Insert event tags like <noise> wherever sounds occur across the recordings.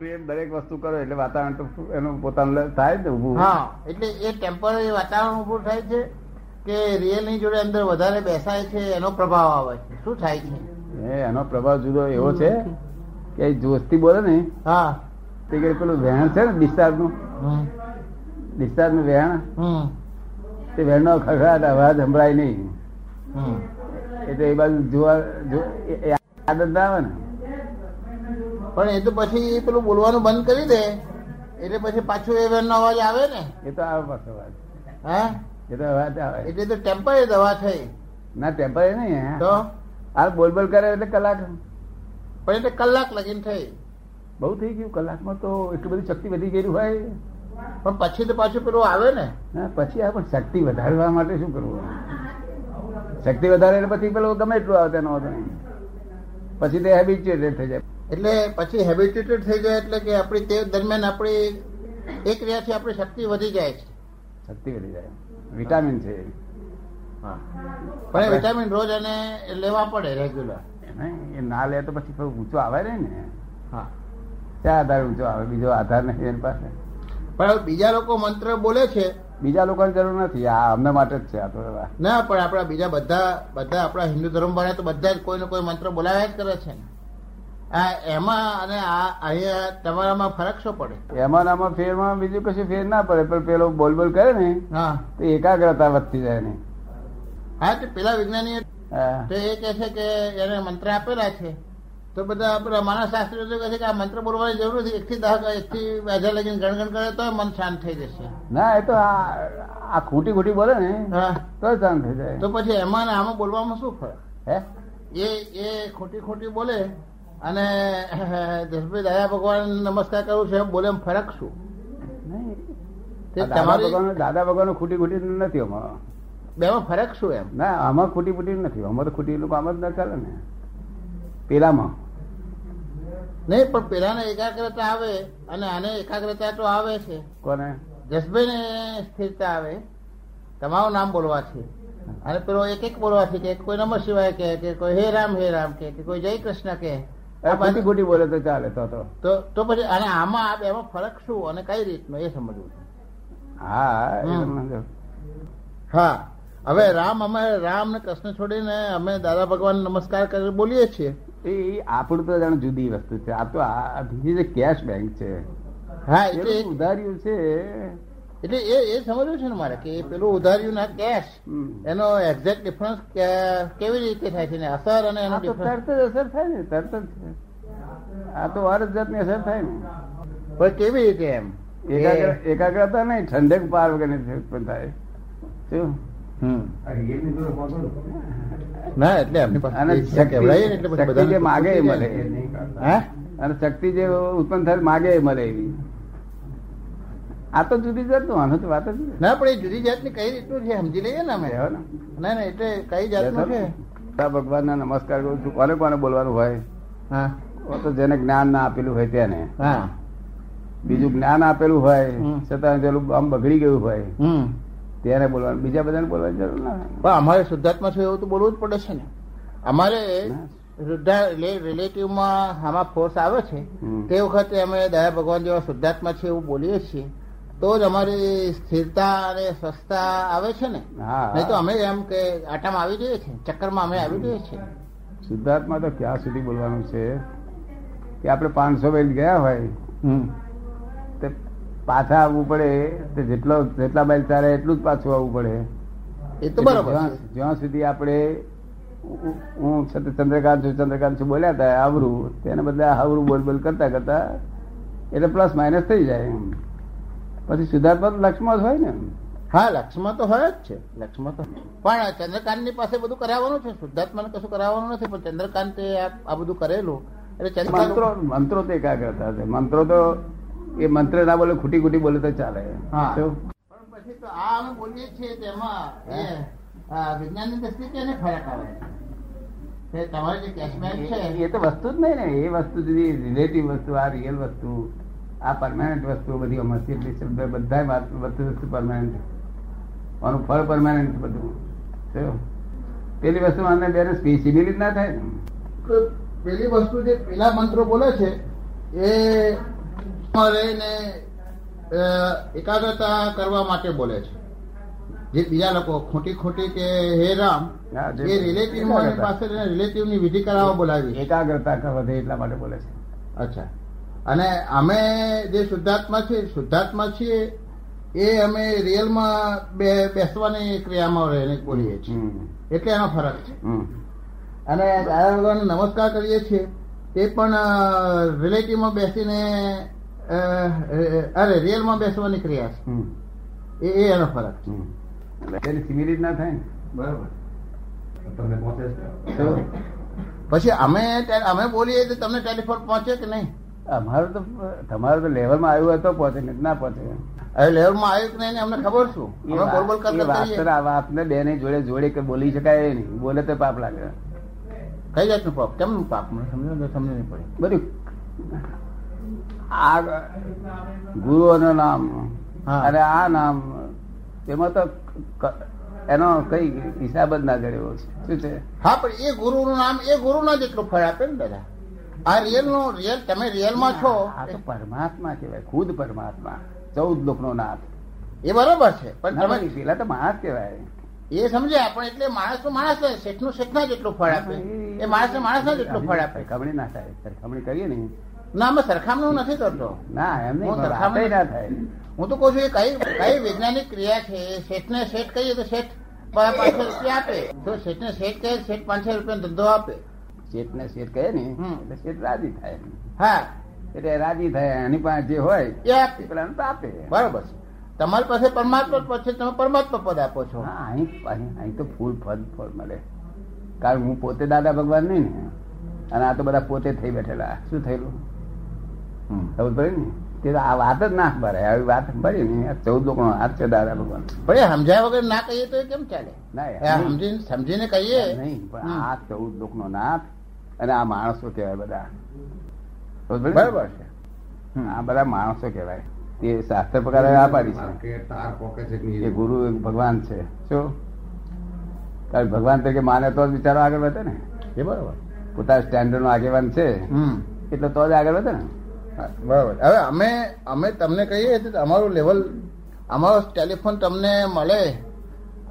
એ દરેક વસ્તુ કરો એટલે વાતાવરણ તો એનું પોતાનું લ- થાય ને ઊભું હા એટલે એ ટેમ્પરરી વાતાવરણ ઉભું થાય છે કે રિયલ ની જોડે અંદર વધારે બેસાય છે એનો પ્રભાવ આવે છે શું થાય છે એ એનો પ્રભાવ જુદો એવો છે કે એ જોસ્તી બોલે ને હા તે કે પેલું વહેણ છે ને discharge નું હમ. discharge નું વહેણ હમ તે વહેણનો ખખડાટ અવાજ સંભળાય નહીં હમ એટલે એ બાજુ જોવા જો- એ- એ આદત ના આવે ને પણ એ તો પછી પેલું બોલવાનું બંધ કરી દે એટલે પછી પાછું એ વેરનો અવાજ આવે ને એ તો આવે પાછો અવાજ હા એ તો અવાજ આવે એટલે તો ટેમ્પરરી દવા થઈ ના ટેમ્પર નહીં તો આ બોલ બોલ કરે એટલે કલાક પણ એટલે કલાક લગીન થઈ બહુ થઈ ગયું કલાકમાં તો એટલી બધી શક્તિ વધી ગયેલી હોય પણ પછી તો પાછું પેલું આવે ને હા, પછી આ પણ શક્તિ વધારવા માટે શું કરવું શક્તિ વધારે એટલે પછી પેલો ગમે એટલું આવે તેનો વાંધો નહીં પછી તે હેબિચ્યુએટેડ થઈ જાય એટલે પછી હેબિટેટેડ થઈ જાય એટલે કે આપણી તે દરમિયાન આપણી એ ક્રિયાથી આપણી શક્તિ વધી જાય છે શક્તિ વધી જાય વિટામિન છે પણ એ વિટામિન રોજ અને લેવા પડે રેગ્યુલર એને એ ના લે તો પછી થોડું ઊંચો આવે નહીં ને હા ત્યાં આધાર ઊંચો આવે બીજો આધાર નથી એની પાસે પણ હવે બીજા લોકો મંત્ર બોલે છે બીજા લોકોની જરૂર નથી આ અમને માટે જ છે આ તો એવા. ના પણ આપણા બીજા બધા બધા આપણા હિન્દુ ધર્મ વાળા તો બધા જ કોઈ ને કોઈ મંત્ર બોલાવ્યા જ કરે છે ને આ એમાં અને આ અહીંયા તમારામાં ફરક શું પડે એમાં ને આમાં ફેરમાં બીજું કશું ફેર ના પડે પણ પેલો બોલ બોલ કરે ને હા તો એકાગ્રતા વધતી જાય નહીં હા તો પેલા વિજ્ઞાનીએ હા. તો એ કહે છે કે એને મંત્ર આપેલા છે તો બધા આપણા માનસશાસ્ત્રીઓ તો કહે છે કે આ મંત્ર બોલવાની જરૂર નથી એકથી દહ એકથી હજાર લગીને ગણગણ કરે તો મન શાંત થઈ જશે ના એ તો આ આ ખોટી ખોટી બોલે ને હા તો શાંત થઈ જાય તો પછી એમાં ને આમાં બોલવામાં શું ફરક હે એ એ ખોટી ખોટી બોલે અને જસભાઈ દાદા ભગવાન નમસ્કાર કરું છું એમ બોલે એમ ફરક શું નહીં. તે આ દાદા તમારી- ભગવાન દાદા ભગવાન ખોટી ખોટી નથી આમાં બેમાં ફરક શું એમ ના આમાં ખોટી ખોટી નથી આમાં તો ખોટી લોકો આમ જ ન ચાલે ને પેલામાં નહીં પણ પેલાને એકાગ્રતા આવે અને આને એકાગ્રતા તો આવે છે કોને જસભાઈને સ્થિરતા આવે તમારું નામ બોલવાથી અને પેલો એક એક બોલવાથી કે કોઈ નમઃ શિવાય કહે કે કોઈ હે રામ હે રામ કહે કે કોઈ જય કૃષ્ણ કહે અરે આ ખોટી બાજુ- ખોટી બોલે તો ચાલે તો તો તો તો પછી અને આમાં આ બેમાં ફરક શું અને કઈ રીતનો એ સમજવું છે હા એ હમ. તમને જો. હા હવે રામ અમે રામ ને કૃષ્ણ છોડીને અમે દાદા ભગવાન નમસ્કાર કરી બોલીએ છીએ એ એ આપણું તો જાણે જુદી વસ્તુ છે આ તો આ આ બીજી જે કેશ બેંક છે હા એ એટલે બધું ઉધાર્યું છે એટલે એ એ સમજવું છે ને મારે કે પેલું ઉધાર્યું ના કેશ હમ. એનો એક્ઝેક્ટ ડિફરન્સ કેવી રીતે થાય છે ને અસર અને એનો આ તો ડિફરન્સ તરત જ અસર થાય ને તરત જ આ તો વાર જ જાતની અસર થાય ને પણ કેવી રીતે એમ એકાગ્ર- એકાગ્રતા નહીં ઠંડક પાર વગરની ઉત્પન્ન થાય શું? હમ ના એટલે અને એમની પાસે ઈચ્છા શક્તિ કહેવડાવી ને એટલે પછી શક્તિ જે બધાને માગે એ ખુશી મળે જાય. હે? અને શક્તિ જે ઉત્પન્ન થાય માગે એ મળે એવી આ તો જુદી જાતનું આનો તો વાત જ નહીં. ના પણ એ જુદી જાતની કઈ રીતનું છે સમજી લઈએ ને અમે કહેવાય ને? ના ના એટલે કઈ જાતનું છે બધા ભગવાનના નમસ્કાર કરું છું કોને કોને બોલવાનું હોય હા ઓ તો જેને જ્ઞાન ના આપેલું હોય તેને હા બીજું જ્ઞાન આપેલું હોય હમ. છતાં પેલું આમ બગડી ગયું હોય હમ ત્યારે બોલવાનું બીજા બધાને બોલવાની જરૂર ના હોય. પણ અમારે શુદ્ધાત્મા છે એવું તો બોલવું જ પડે છે ને અમારે ના. વૃદ્ધા રિલેટિવમાં આમાં ફોર્સ આવે છે હમ. તે વખતે અમે દયા ભગવાન જેવા શુદ્ધાત્મા છે એવું બોલીએ છીએ તો જ અમારી સ્થિરતા અને સ્વસ્થતા આવે છે ને હા. નહીં તો અમે એમ કે આટામાં આવી જઈએ છીએ ચક્કરમાં અમે આવી જઈએ છીએ શુદ્ધાત્મા તો ક્યાં સુધી બોલવાનું છે કે આપણે પાંચસો માઇલ ગયા હોય તે પાછા આવવું પડે તે જેટલો જેટલા માઇલ ચાલે એટલું જ પાછું આવવું પડે એ તો બરાબર જ્યાં- છે. જ્યાં સુધી આપણે હું- હું છત- ચંદ્રકાંત છું ચંદ્રકાંત છું બોલ્યા હતા આવરું તેને બદલે આ આવરું બોલ બોલ કરતા કરતા એટલે પ્લસ માઇનસ થઈ જાય એમ. પછી શુદ્ધાત્મા તો લક્ષ્મણ જ હોય ને હા લક્ષ્મણ તો હોય જ છે લક્ષ્મણ તો પણ ચંદ્રકાંતની પાસે બધું કરાવવાનું છે શુદ્ધાત્માને કશું કરાવવાનું નથી પણ ચંદ્રકાંતે આ આ બધું કરેલું એટલે મંત્રો ચંદ્રકાંત મંત્રો તો એકાગ્રતા છે મંત્રો તો એ મંત્ર ના બોલે ખૂટી ખૂટી બોલે તો ચાલે હા. શું? પણ પછી તો આ અમે બોલીએ છીએ તેમાં એ, આ વિજ્ઞાનની દ્રષ્ટિએ કેને ફરક આવે તે તમારે જે કેશબેક એ છે એ તો વસ્તુ જ નહીં ને એ વસ્તુ જુદી રિલેટિવ વસ્તુ આ રિયલ વસ્તુ આ પરમાનન્ટ વસ્તુ બધી મસ્જિદ શબ્દ બધા વસ્તુ વસ્તુ પરમાનન્ટ આનું ફળ પરમાનન્ટ બધું શું? પેલી વસ્તુ આને બેને સ્પેસિબિલી જ ના થાય ને તો પેલી વસ્તુ જે પેલા મંત્રો બોલે છે એ માં રહીને અ, એકાગ્રતા કરવા માટે બોલે છે જે બીજા લોકો ખોટી ખોટી કે હે રામ હા, જે- એ રિલેટિવ પાસે રિલેટિવ ની વિધિ કરાવવા બોલાવી છે. એકાગ્રતા વધે એટલા માટે બોલે છે અચ્છા અને અમે જે શુદ્ધાત્મા છીએ શુદ્ધાત્મા છીએ એ અમે રિયલમાં બે બેસવાની ક્રિયામાં રહીને બોલીએ છીએ હમ. એટલે એનો ફરક છે હમ. અને દાદા ભગવાનને નમસ્કાર કરીએ છીએ તે પણ રિલેટિવમાં બેસીને અ, અ, અરે રિયલમાં બેસવાની ક્રિયા હમ. છે એ- એ એનો ફરક છે હમ. એટલે તેની સિમિલિત ના થાય ને બરાબર તમને પહોંચે છે તો પછી અમે ત્યારે- અમે બોલીએ તો તમને ટેલિફોન પહોંચે કે નહીં અમારું તો તમારું તો લેવલમાં આવ્યું હતો પહોંચે ને ના પહોંચે હવે લેવલમાં આવ્યું કે નહીં એની અમને ખબર શું એ અમે બોલ બોલ વાત- એ કરતા કરીએ વાસના વાતને બેને જોડે જોડે કે બોલી શકાય એ નહીં બોલે તો પાપ લાગે કઈ જાતનું પાપ કેમનું પાપ મને સમજો ને સમજ નહીં પડે બધું આ ગુરુઓનું નામ હા. અને આ નામ તેમાં તો ક- એનો કઈ હિસાબ જ ના કર્યો છે શું છે હા પણ એ ગુરુનું નામ એ ગુરુના જેટલું ફળ આપે ને દાદા આ રિયલ નું રિયલ તમે રિયલમાં છો આ તો પરમાત્મા કહેવાય ખુદ પરમાત્મા ચૌદ લોકનો નાથ એ બરોબર છે પણ ના, તમે પણ પેલા તો માણસ કહેવાય એ સમજ્યા પણ એટલે માણસ તો માણસ ને શેઠ નું શેઠ ના જેટલું ફળ આપે એ માણસ ને માણસ ના જેટલું ફળ આપે સરખામણી ના થાય સરખામણી કરીએ ને ના અમે સરખામણી હું નથી કરતો ના એમ નહીં હું પણ સરખામણી- વાતેય ના થાય હું તો કઉ છું એ કઈ કઈ વૈજ્ઞાનિક ક્રિયા છે શેઠ ને શેઠ કહીએ તો શેઠ પા- પાંચસો રૂપિયા આપે જો શેઠ ને શેઠ કહીએ તો શેઠ પાંચસો રૂપિયા ધંધો આપે શેઠ ને શેઠ કહે ને હમ. એટલે શેઠ રાજી થાય હા એટલે રાજી થાય એની પાસે જે હોય એ એ આપે પેલાને તો આપે બરાબર છે તમારી પાસે પરમાત્મા પદ છે તમે પરમાત્મા પદ આપો છો હા અહીં અહીં અહીં તો ફૂલ ફળ ફળ મળે કારણ હું પોતે દાદા ભગવાન નહીં ને અને આ તો બધા પોતે થઈ બેઠેલા શું થયેલું ખબર પડી ને તે તો આ વાત જ ના ભરાય આવી વાત ભરી ને આ ચૌદ લોકો હાથ છે દાદા ભગવાન પણ એ સમજાય વગર ના કહીએ તો એ કેમ ચાલે ના એ યાર, નહીં. સમજીને સમજીને કહીએ નહીં પણ હમ. આ ચૌદ લોકો નો નાથ અને આ માણસો કહેવાય બધા ખબર પડી ને? બરાબર છે હમ, આ બધા માણસો કહેવાય તે શાસ્ત્ર પ્રકારે આ પાડી છે કે તાર પોકે છે કે કે નહીં. ગુરુ એક ભગવાન છે શું કારણ કે ભગવાન તરીકે માને તો જ બિચારો આગળ વધે ને એ બરાબર પોતાના સ્ટેન્ડર્ડ નો આગેવાન છે હમ એટલે તો જ આગળ વધે ને હા, બરાબર હવે અમે અમે તમને કહીએ તો અમારું લેવલ અમારો ટેલિફોન તમને મળે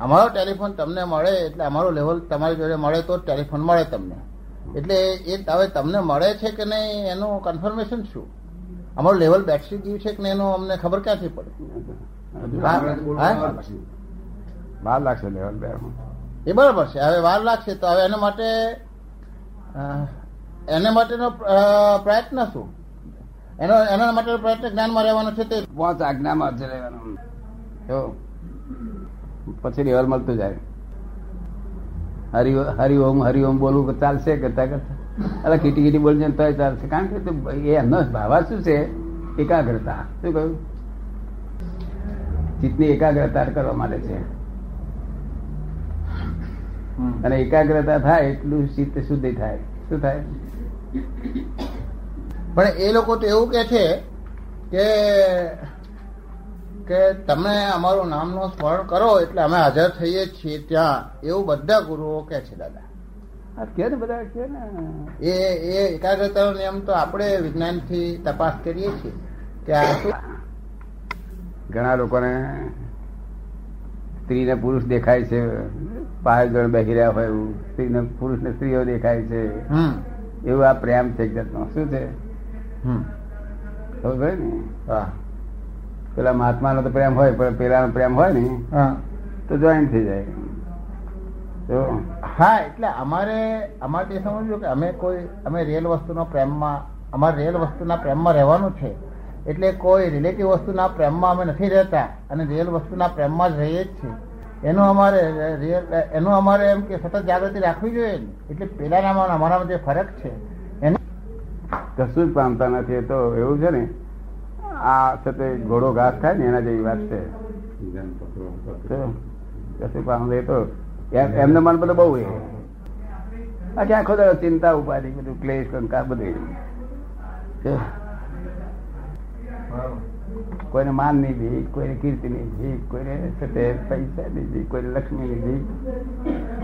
અમારો ટેલિફોન તમને મળે એટલે અમારું લેવલ તમારી જોડે મળે તો જ ટેલિફોન મળે તમને એટલે એ હવે તમને મળે છે કે નહીં એનું કન્ફર્મેશન શું અમારું લેવલ બેટરી ગયું છે કે નહીં એનું અમને ખબર ક્યાંથી પડે બધું હા, આપણે જ બોલવાનું હા. આવે પછી. વાર લાગશે લેવલ બે માં. એ બરાબર છે હવે વાર લાગશે તો હવે એના માટે અ, એના માટેનો અ, પ્રયત્ન શું એનો એના માટેનો પ્રયત્ન જ્ઞાનમાં રહેવાનો છે તે પાંચ આજ્ઞામાં જ રહેવાનું જો પછી લેવલ મળતું જાય હરિ હરિઓમ હરિઓમ બોલવું કે ચાલશે કરતા કરતા અલા કીટી કીટી બોલજે ને તોય ચાલશે કારણ કે તે એ એમનો જ ભાવા શું છે એકાગ્રતા શું કહ્યું ચિત્તની એકાગ્રતા કરવા માટે છે અને એકાગ્રતા થાય એટલું ચિત્ત શુદ્ધિ થાય શું થાય પણ એ લોકો તો એવું કે છે કે કે તમે અમારું નામનું સ્મરણ કરો એટલે અમે હાજર થઈએ જ છીએ ત્યાં એવું બધા ગુરુઓ કે છે દાદા આ કે ને બધા કે ને એ એ એકાગ્રતાનો નિયમ તો આપણે વિજ્ઞાનથી તપાસ કરીએ છીએ કે આ શું ઘણા લોકોને સ્ત્રી ને પુરુષ દેખાય છે પાંચ જણ બેસી રહ્યા હોય એવું સ્ત્રી ને પુરુષ ને સ્ત્રીઓ દેખાય છે હમ એવું આ પ્રેમ છે એક જાતનો શું છે હમ ખબર પડે ને હા પેલા મહાત્મા નો તો પ્રેમ હોય પણ પેલા પ્રેમ હોય ને હા તો જોઈન થઈ જાય તો હા એટલે અમારે અમારે તે સમજવું કે અમે કોઈ અમે રિયલ વસ્તુનો પ્રેમમાં અમારે રિયલ વસ્તુના પ્રેમમાં રહેવાનું છે એટલે કોઈ રિલેટિવ વસ્તુના પ્રેમમાં અમે નથી રહેતા અને રિયલ વસ્તુના પ્રેમમાં જ રહીએ જ છીએ એનું અમારે રિયલ એનું અમારે એમ કે સતત જાગૃતિ રાખવી જોઈએ ને એટલે પેલાનામાં અને અમારામાં જે ફરક છે એને કશું જ પામતા નથી એ તો એવું છે ને આ સાથે ઘોડો ઘાસ ખાય ને એના જેવી વાત છે બીજાને પકડો, પકડો. તો કશું પામે તો એમ- એમને મન બધું બહુ એ બાકી આખો દાડો ચિંતા ઉપાધિ બધું ક્લેશ કંકા બધું જો, બરાબર. કોઈને માન ની ભીખ કોઈને કીર્તિ ની ભીખ કોઈને સતે પૈસા ની ભીખ કોઈને લક્ષ્મી ની ભીખ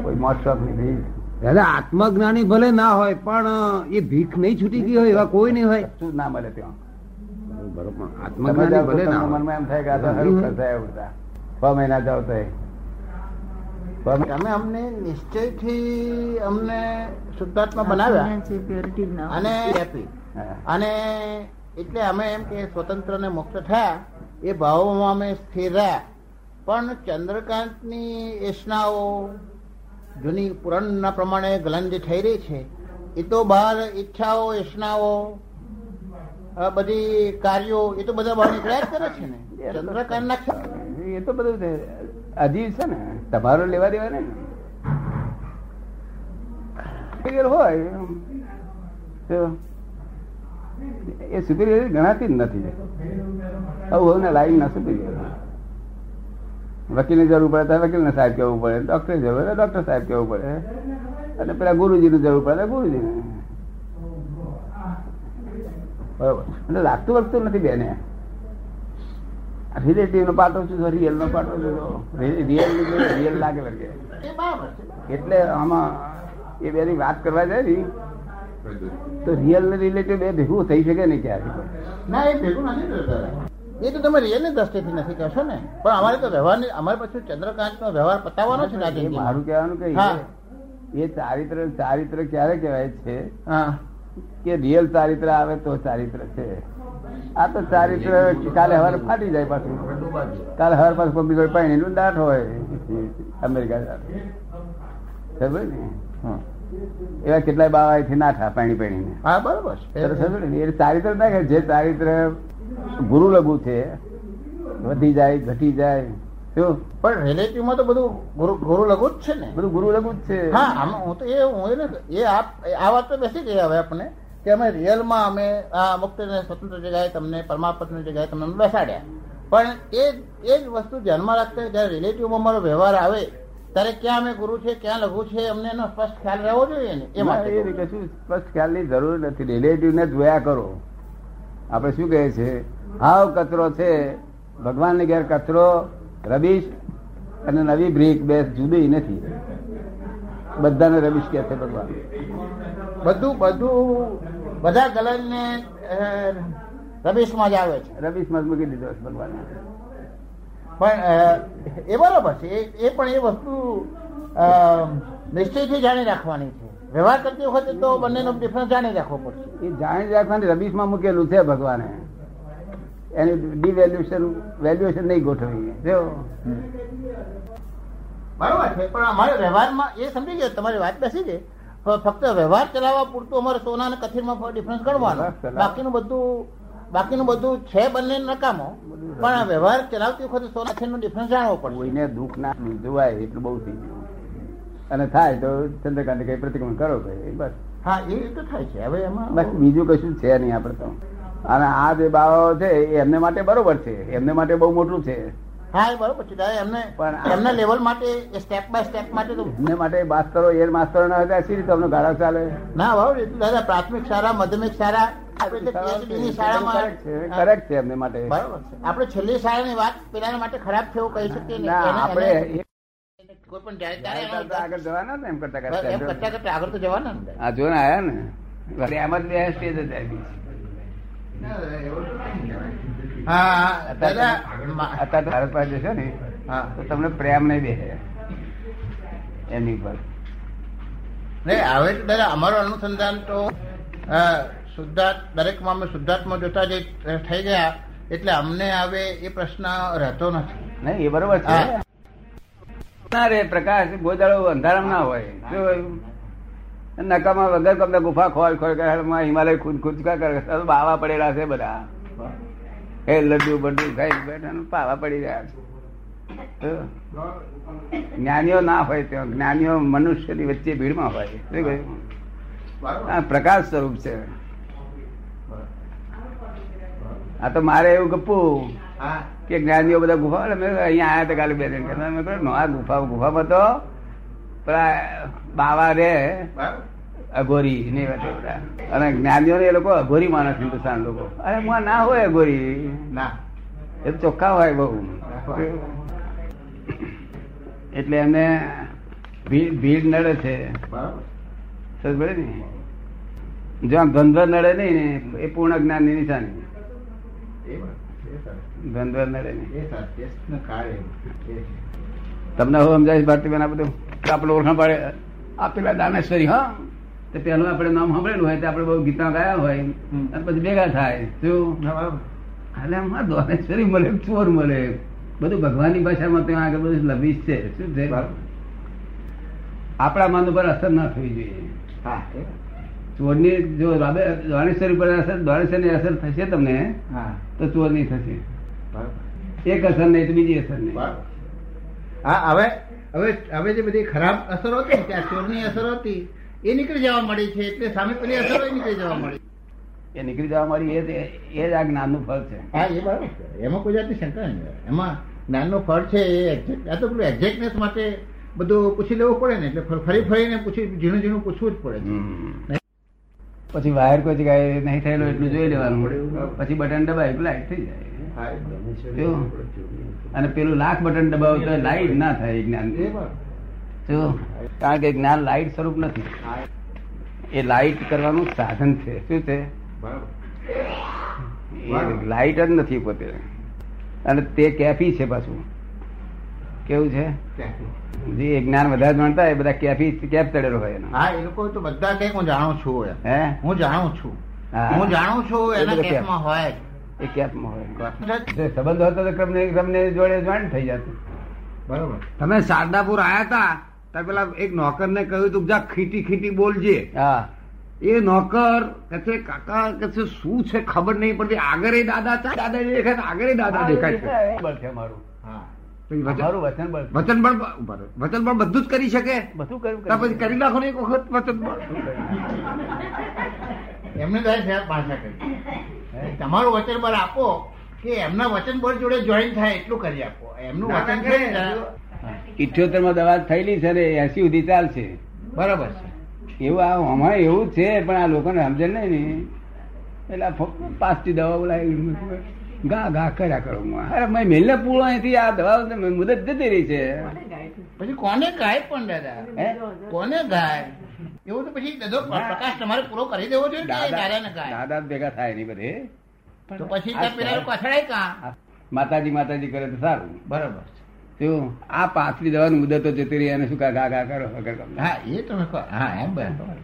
કોઈ મોટસપ ની ભીખ દાદા આત્મજ્ઞાની ભલે ના હોય પણ એ ભીખ નહીં છૂટી ગઈ હોય એવા કોઈ નહીં હોય કશું જ ના મળે ત્યાં બરોબર તમે આત્મજ્ઞાની જાઓ તો ભલે ના હોય. તમને મનમાં એમ થાય કે આ તો હરું થશે એવું થશે. છ મહિના જાઓ તો એ. છ મહિના- તમે અમને નિશ્ચયથી અમને શુદ્ધાત્મા બનાવ્યા બનાવ્યા અને આપી હા. અને એટલે અમે એમ કે સ્વતંત્ર ને મુક્ત થયા એ ભાવોમાં અમે સ્થિર રહ્યા પણ ચંદ્રકાંતની એસનાઓ જૂની પુરાણના પ્રમાણે ગલન જે થઈ રહી છે એ તો બહાર ઈચ્છાઓ એસનાઓ આ બધી કાર્યો એ તો બધા બહાર નીકળ્યા જ કરે છે ને ચંદ્રકાંતના ક્ષેત્ર એ તો બધું છે. અધીર છે ને તમારો લેવા દેવા નહીં ને Superior હોય એમ. તો એ સુપીરિયર ગણાતી જ નથી આવું હવે લાઈન ના સુપીરિયર વકીલની જરૂર પડે તો વકીલને સાહેબ કહેવું પડે ડોક્ટર જરૂર પડે ડોક્ટર સાહેબ કહેવું પડે અને પેલા ગુરુજીની જરૂર પડે તો ગુરુજીને બરોબર એટલે લાગતું વળતું નથી બેને રિલેટિવ નો પાટો છું રિયલ નો પાટો છું રિયલ રિયલ લાગે વળગે એ બરાબર છે એટલે આમાં એ બેની વાત કરવા જાય ને તો રિયલ ને રિલેટિવ બે ભેગું થઈ શકે નહીં ક્યારે પણ. ના એ ભેગું નથી થયું દાદા એ તો તમે રિયલની દ્રષ્ટિથી નથી કહેશો ને પણ અમારે તો વ્યવહારની અમારે પછી ચંદ્રકાંતનો વ્યવહાર પતાવવાનો છે ને આ એ જિંદગીમાં. મારું કહેવાનું હા. કઈ એ ચારિત્ર ચારિત્ર ક્યારે કહેવાય છે હા કે રિયલ ચારિત્ર આવે તો ચારિત્ર છે આ તો ચારિત્ર કાલે હવારે ફાટી જાય પાછું કાલે હર પાસે પબ્લિક હોય પાણી નું દાંત હોય અમેરિકા દાંત ખબર ને હા. એવા કેટલાય બાવા અહીંથી નાઠા પાણી પાણીને હા બરોબર છે ત્યારે સમજો ને, એ ચારિત્ર ના કે જે ચારિત્ર ગુરુ લઘુ છે વધી જાય ઘટી જાય શું પણ રિલેટિવમાં તો બધું ગુરુ ગુરુ લઘુ જ છે ને બધું ગુરુ લઘુ જ છે હા આમાં હું તો એ હું એને એ આપ એ આ વાત તો બેસી ગઈ હવે આપણે કે અમે રિયલમાં અમે આ મુક્ત અને સ્વતંત્ર જગ્યાએ તમને પરમાપતની જગ્યાએ તમને અમે બેસાડ્યા પણ એ એ જ વસ્તુ ધ્યાનમાં રાખતા જ્યારે રિલેટિવમાં અમારો વ્યવહાર આવે ત્યારે ક્યાં અમે ગુરુ છે ક્યાં લઘુ છે અમને એનો સ્પષ્ટ ખ્યાલ રહેવો જોઈએ ને એ ના, માટે એ રીતે શું સ્પષ્ટ ખ્યાલની જરૂર નથી રિલેટિવ ને જોયા કરો આપણે શું કહે છે હાવ કચરો છે ભગવાનને ઘેર કચરો રબીશ અને નવી બ્રેક બે જુદી નથી બધાને રબીશ કહે છે ભગવાન બધું બધું બધા ગલન ને રમેશમાં જ આવે છે રબીશ માં મૂકી દીધો છે ભગવાને પણ અ, એ બરાબર છે એ- એ પણ એ વસ્તુ અ, નિશ્ચયથી જાણી રાખવાની છે વ્યવહાર કરતી વખતે તો બંનેનો ડિફરન્સ જાણી રાખવો પડશે એ જાણી રાખવાની રબીશમાં મૂકેલું છે ભગવાને એની ડિવેલ્યુશન વેલ્યુએશન નહીં ગોઠવી જો બરાબર છે પણ અમારે વ્યવહારમાં એ સમજી ગયો તમારી વાત બેસી ગઈ પણ ફક્ત વ્યવહાર ચલાવવા પૂરતું અમારે સોના અને કથિરમાં ડિફરન્સ ગણવાનો બસ, ચલાવો. બાકીનું બધું બાકીનું બધું છે બંને નકામો પણ આ વ્યવહાર ચલાવતી વખતે સોના કથિરનો ડિફરન્સ જાણવો પડશે કોઈને દુઃખ ના જોવાય એટલું બહુ થઈ ગયું અને થાય તો ચંદ્રકાંતે કઈ પ્રતિક્રમણ કરો કઈ બસ હા એ રીતે થાય છે હવે બસ એમાં બીજું કશું છે નહીં આપણે તો અને આ જે બાવાઓ છે એ એમને માટે બરોબર છે એમને માટે બહુ મોટું છે હા એ બરોબર છે ત્યારે એમને પણ આ- એમના લેવલ માટે સ્ટેપ બાય સ્ટેપ માટે તો એમને માટે માસ્તરો એ માસ્તરો ના હતા સી રીતે અમને ગાળા ચાલે ના ભાવ એ તો દાદા પ્રાથમિક શાળા માધ્યમિક શાળા આપણે તો PhD ની શાળામાં કરેક્ટ છે correct છે એમને માટે બરાબર છે આપણે છેલ્લી શાળાની વાત પેલાના માટે ખરાબ છે એવું કહી શકીએ નહીં. ના એને- આપણે એને- એ- કોઈ પણ જાય ત્યારે એનો વિકાસ- આગળ જવાના ને એમ કરતા બસ એમ કરતા કરતા કરતા આગળ તો જવાના ને આ જો ને આયા ને વળી એમ જ બે સ્ટેજ જ આવી હા દાદા અત્યારે તમે ભારત પાસે જશો ને હા. તો તમને પ્રેમ નહીં બેસે એની ઉપર નહીં હવે તો દાદા અમારો અનુસંધાન તો અ, શુદ્ધાત્ દરેકમાં અમે શુદ્ધાત્મા જોતા જે થઈ ગયા એટલે અમને હવે એ પ્રશ્ન રહેતો નથી નહીં એ બરોબર છે હા. ના રે પ્રકાશ ગોદાળો અંધારામાં ના હોય શું હોય? નકામા વગર તમને ગુફા ખોલ ખોલ કરે હાલમાં હિમાલય ખુદ ખુદ કા કરે તો બાવા પડેલા છે બધા એ લડ્ડુ બડ્ડુ ખાઈ બેઠા ને પાવા પડી રહ્યા છે તો જ્ઞાનીઓ ના હોય ત્યાં જ્ઞાનીઓ મનુષ્યની વચ્ચે ભીડમાં હોય શું કહ્યું? આ પ્રકાશ સ્વરૂપ છે આ તો મારે એવું ગપુ હા કે જ્ઞાનીઓ બધા ગુફા એટલે મેં કીધું, અહીંયા આયા તો કાલે બે જણ કહેતા. મેં કહ્યું, "નો, આ ગુફા ગુફામાં તો પેલા બાવા રે બરાબર અઘોરી ને એ બધા બધા. અને જ્ઞાનીઓને એ લોકો અઘોરી માણસ હિન્દુસ્તાન લોકો અરે હું ના હોય અઘોરી ના એ તો ચોખ્ખા હોય બહુ એટલે એમને ભીડ ભીડ નડે છે બરાબર સમજ પડી ને જ્યાં ગંધ નડે નહીં ને એ પૂર્ણ જ્ઞાનની નિશાની ધંધો ન રહે ને. ટેસ્ટ તમને હવે સમજાય છે ભારતીબેન આ બધું તો આપણે ઓળખાણ પાડે આ પેલા દાનેશ્વરી હા તો પેલું આપણે નામ સાંભળેલું હોય તો આપણે બહુ ગીતા ગાયા હોય હમ. અને પછી ભેગા થાય શું એટલે આમાં દોનેશ્વરી મળે ચોર મળે બધું ભગવાનની ભાષામાં ત્યાં આગળ બધું લભીશ છે શું છે આપણા મન ઉપર અસર ના થવી જોઈએ હા એ ચોરની જો રાબે- દોણેશ્વરી ઉપર અસર દોણેશ્વરની અસર થશે તમને હા તો ચોરની થશે બરાબર એક અસર નહીં તો બીજી અસર નહીં બરાબર હા હવે હવે હવે જે બધી ખરાબ અસર હતી ને કે આ ચોરની અસર હતી એ નીકળી જવા મળી છે એટલે સામે પેલી અસરો એ નીકળી જવા મળી એ નીકળી જવા મારી એ જ- એ જ આ જ્ઞાનનું ફળ છે હા એ બરાબર છે એમાં કોઈ જાતની શંકા નહીં હોય. એમાં જ્ઞાનનો ફળ છે એ exact- આ તો પેલું એક્ઝેક્ટનેસ માટે બધું પૂછી લેવું પડે ને એટલે ફરી- ફરી ફરીને પૂછી ઝીણું ઝીણું પૂછવું જ પડે છે હમ. પછી વાયર કોઈ જગ્યાએ નહીં થયેલું એટલું જોઈ લેવાનું પછી બટન દબાય એટલે લાઈટ થઈ જાય હા એ બરાબર. અને પેલું લાખ બટન દબાવો તો લાઈટ ના થાય એ જ્ઞાન એ બરાબર. જો કારણ કે જ્ઞાન લાઈટ સ્વરૂપ નથી હા, એ એ લાઈટ કરવાનું સાધન છે શું છે બરાબર. એ લાઈટ જ નથી પોતે અને તે કેફી છે પાછું કેવું છે ત્યાંથી. જે એ જ્ઞાન વધારે જાણતા હોય એ બધા કેફી કેફ ચડેલો હોય એનો હા એ લોકો તો બધા કંઈક હું જાણું છું એમ. હે હું જાણું છું હા. હું જાણું છું એ એના બધા કેમ? કેસમાં હોય જ. એ કેફમાં હોય એટલે જો સંબંધ હતો તો તમને તમને જોડે જોઈન્ટ થઈ જતું બરાબર તમે શારદાપુર આયા હતા ત્યારે પેલા એક નોકરને કહ્યું તું જા ખીટી ખીટી બોલજે હા એ નોકર કે છે કાકા કે છે શું છે ખબર નહીં પડતી આગળ એ દાદા ચા દાદા દેખાય આગળ એ દાદા દેખાય છે હા, એ બળ છે અમારું હા પછી વચન અમારું વચન બળ છે. વચન બળ ઉભા રહો. વચન બળ બધું જ કરી શકે બધું કર્યું તો પછી કરી નાખો ને એક વખત વચન બળ એમને તો સાહેબ ભાષા કરી <laughs> હે? તમારું વચન બળ આપો કે એમના વચન બળ જોડે જોઈન થાય એટલું કરી આપો એમનું વચન છે ને, ઇઠ્યોતેર માં દવા થયેલી છે ને એસી સુધી ચાલશે બરાબર છે એવું આ હમણાં એવું જ છે પણ આ લોકોને સમજે નહીં ને એટલે આ ફ- પાસથી દવા બોલાવી ગા ગા કર્યા કરો હું. અરે મેં મેલે પૂળો અહીંથી આ દવા તો મેં મુદત જતી રહી છે પછી કોને ગાય પણ દાદા હે? કોને ગાય એવું તો પછી દાદો પ્રકાશ તમારે પૂરો કરી દેવો જોઈએ ને કે એ દાદાને ગાય દાદા જ ભેગા થાય નહીં બધે તો પછી ત્યાં પેલા લોકો અથડાય કાં? આ માતાજી માતાજી કરે તો સારું બરાબર જો આ પાછલી દવાની મુદતો જતી રહી અને શું કા ગા ગા કરો વગર ગમે. હા એ તમે કહો હા એમ બરાબર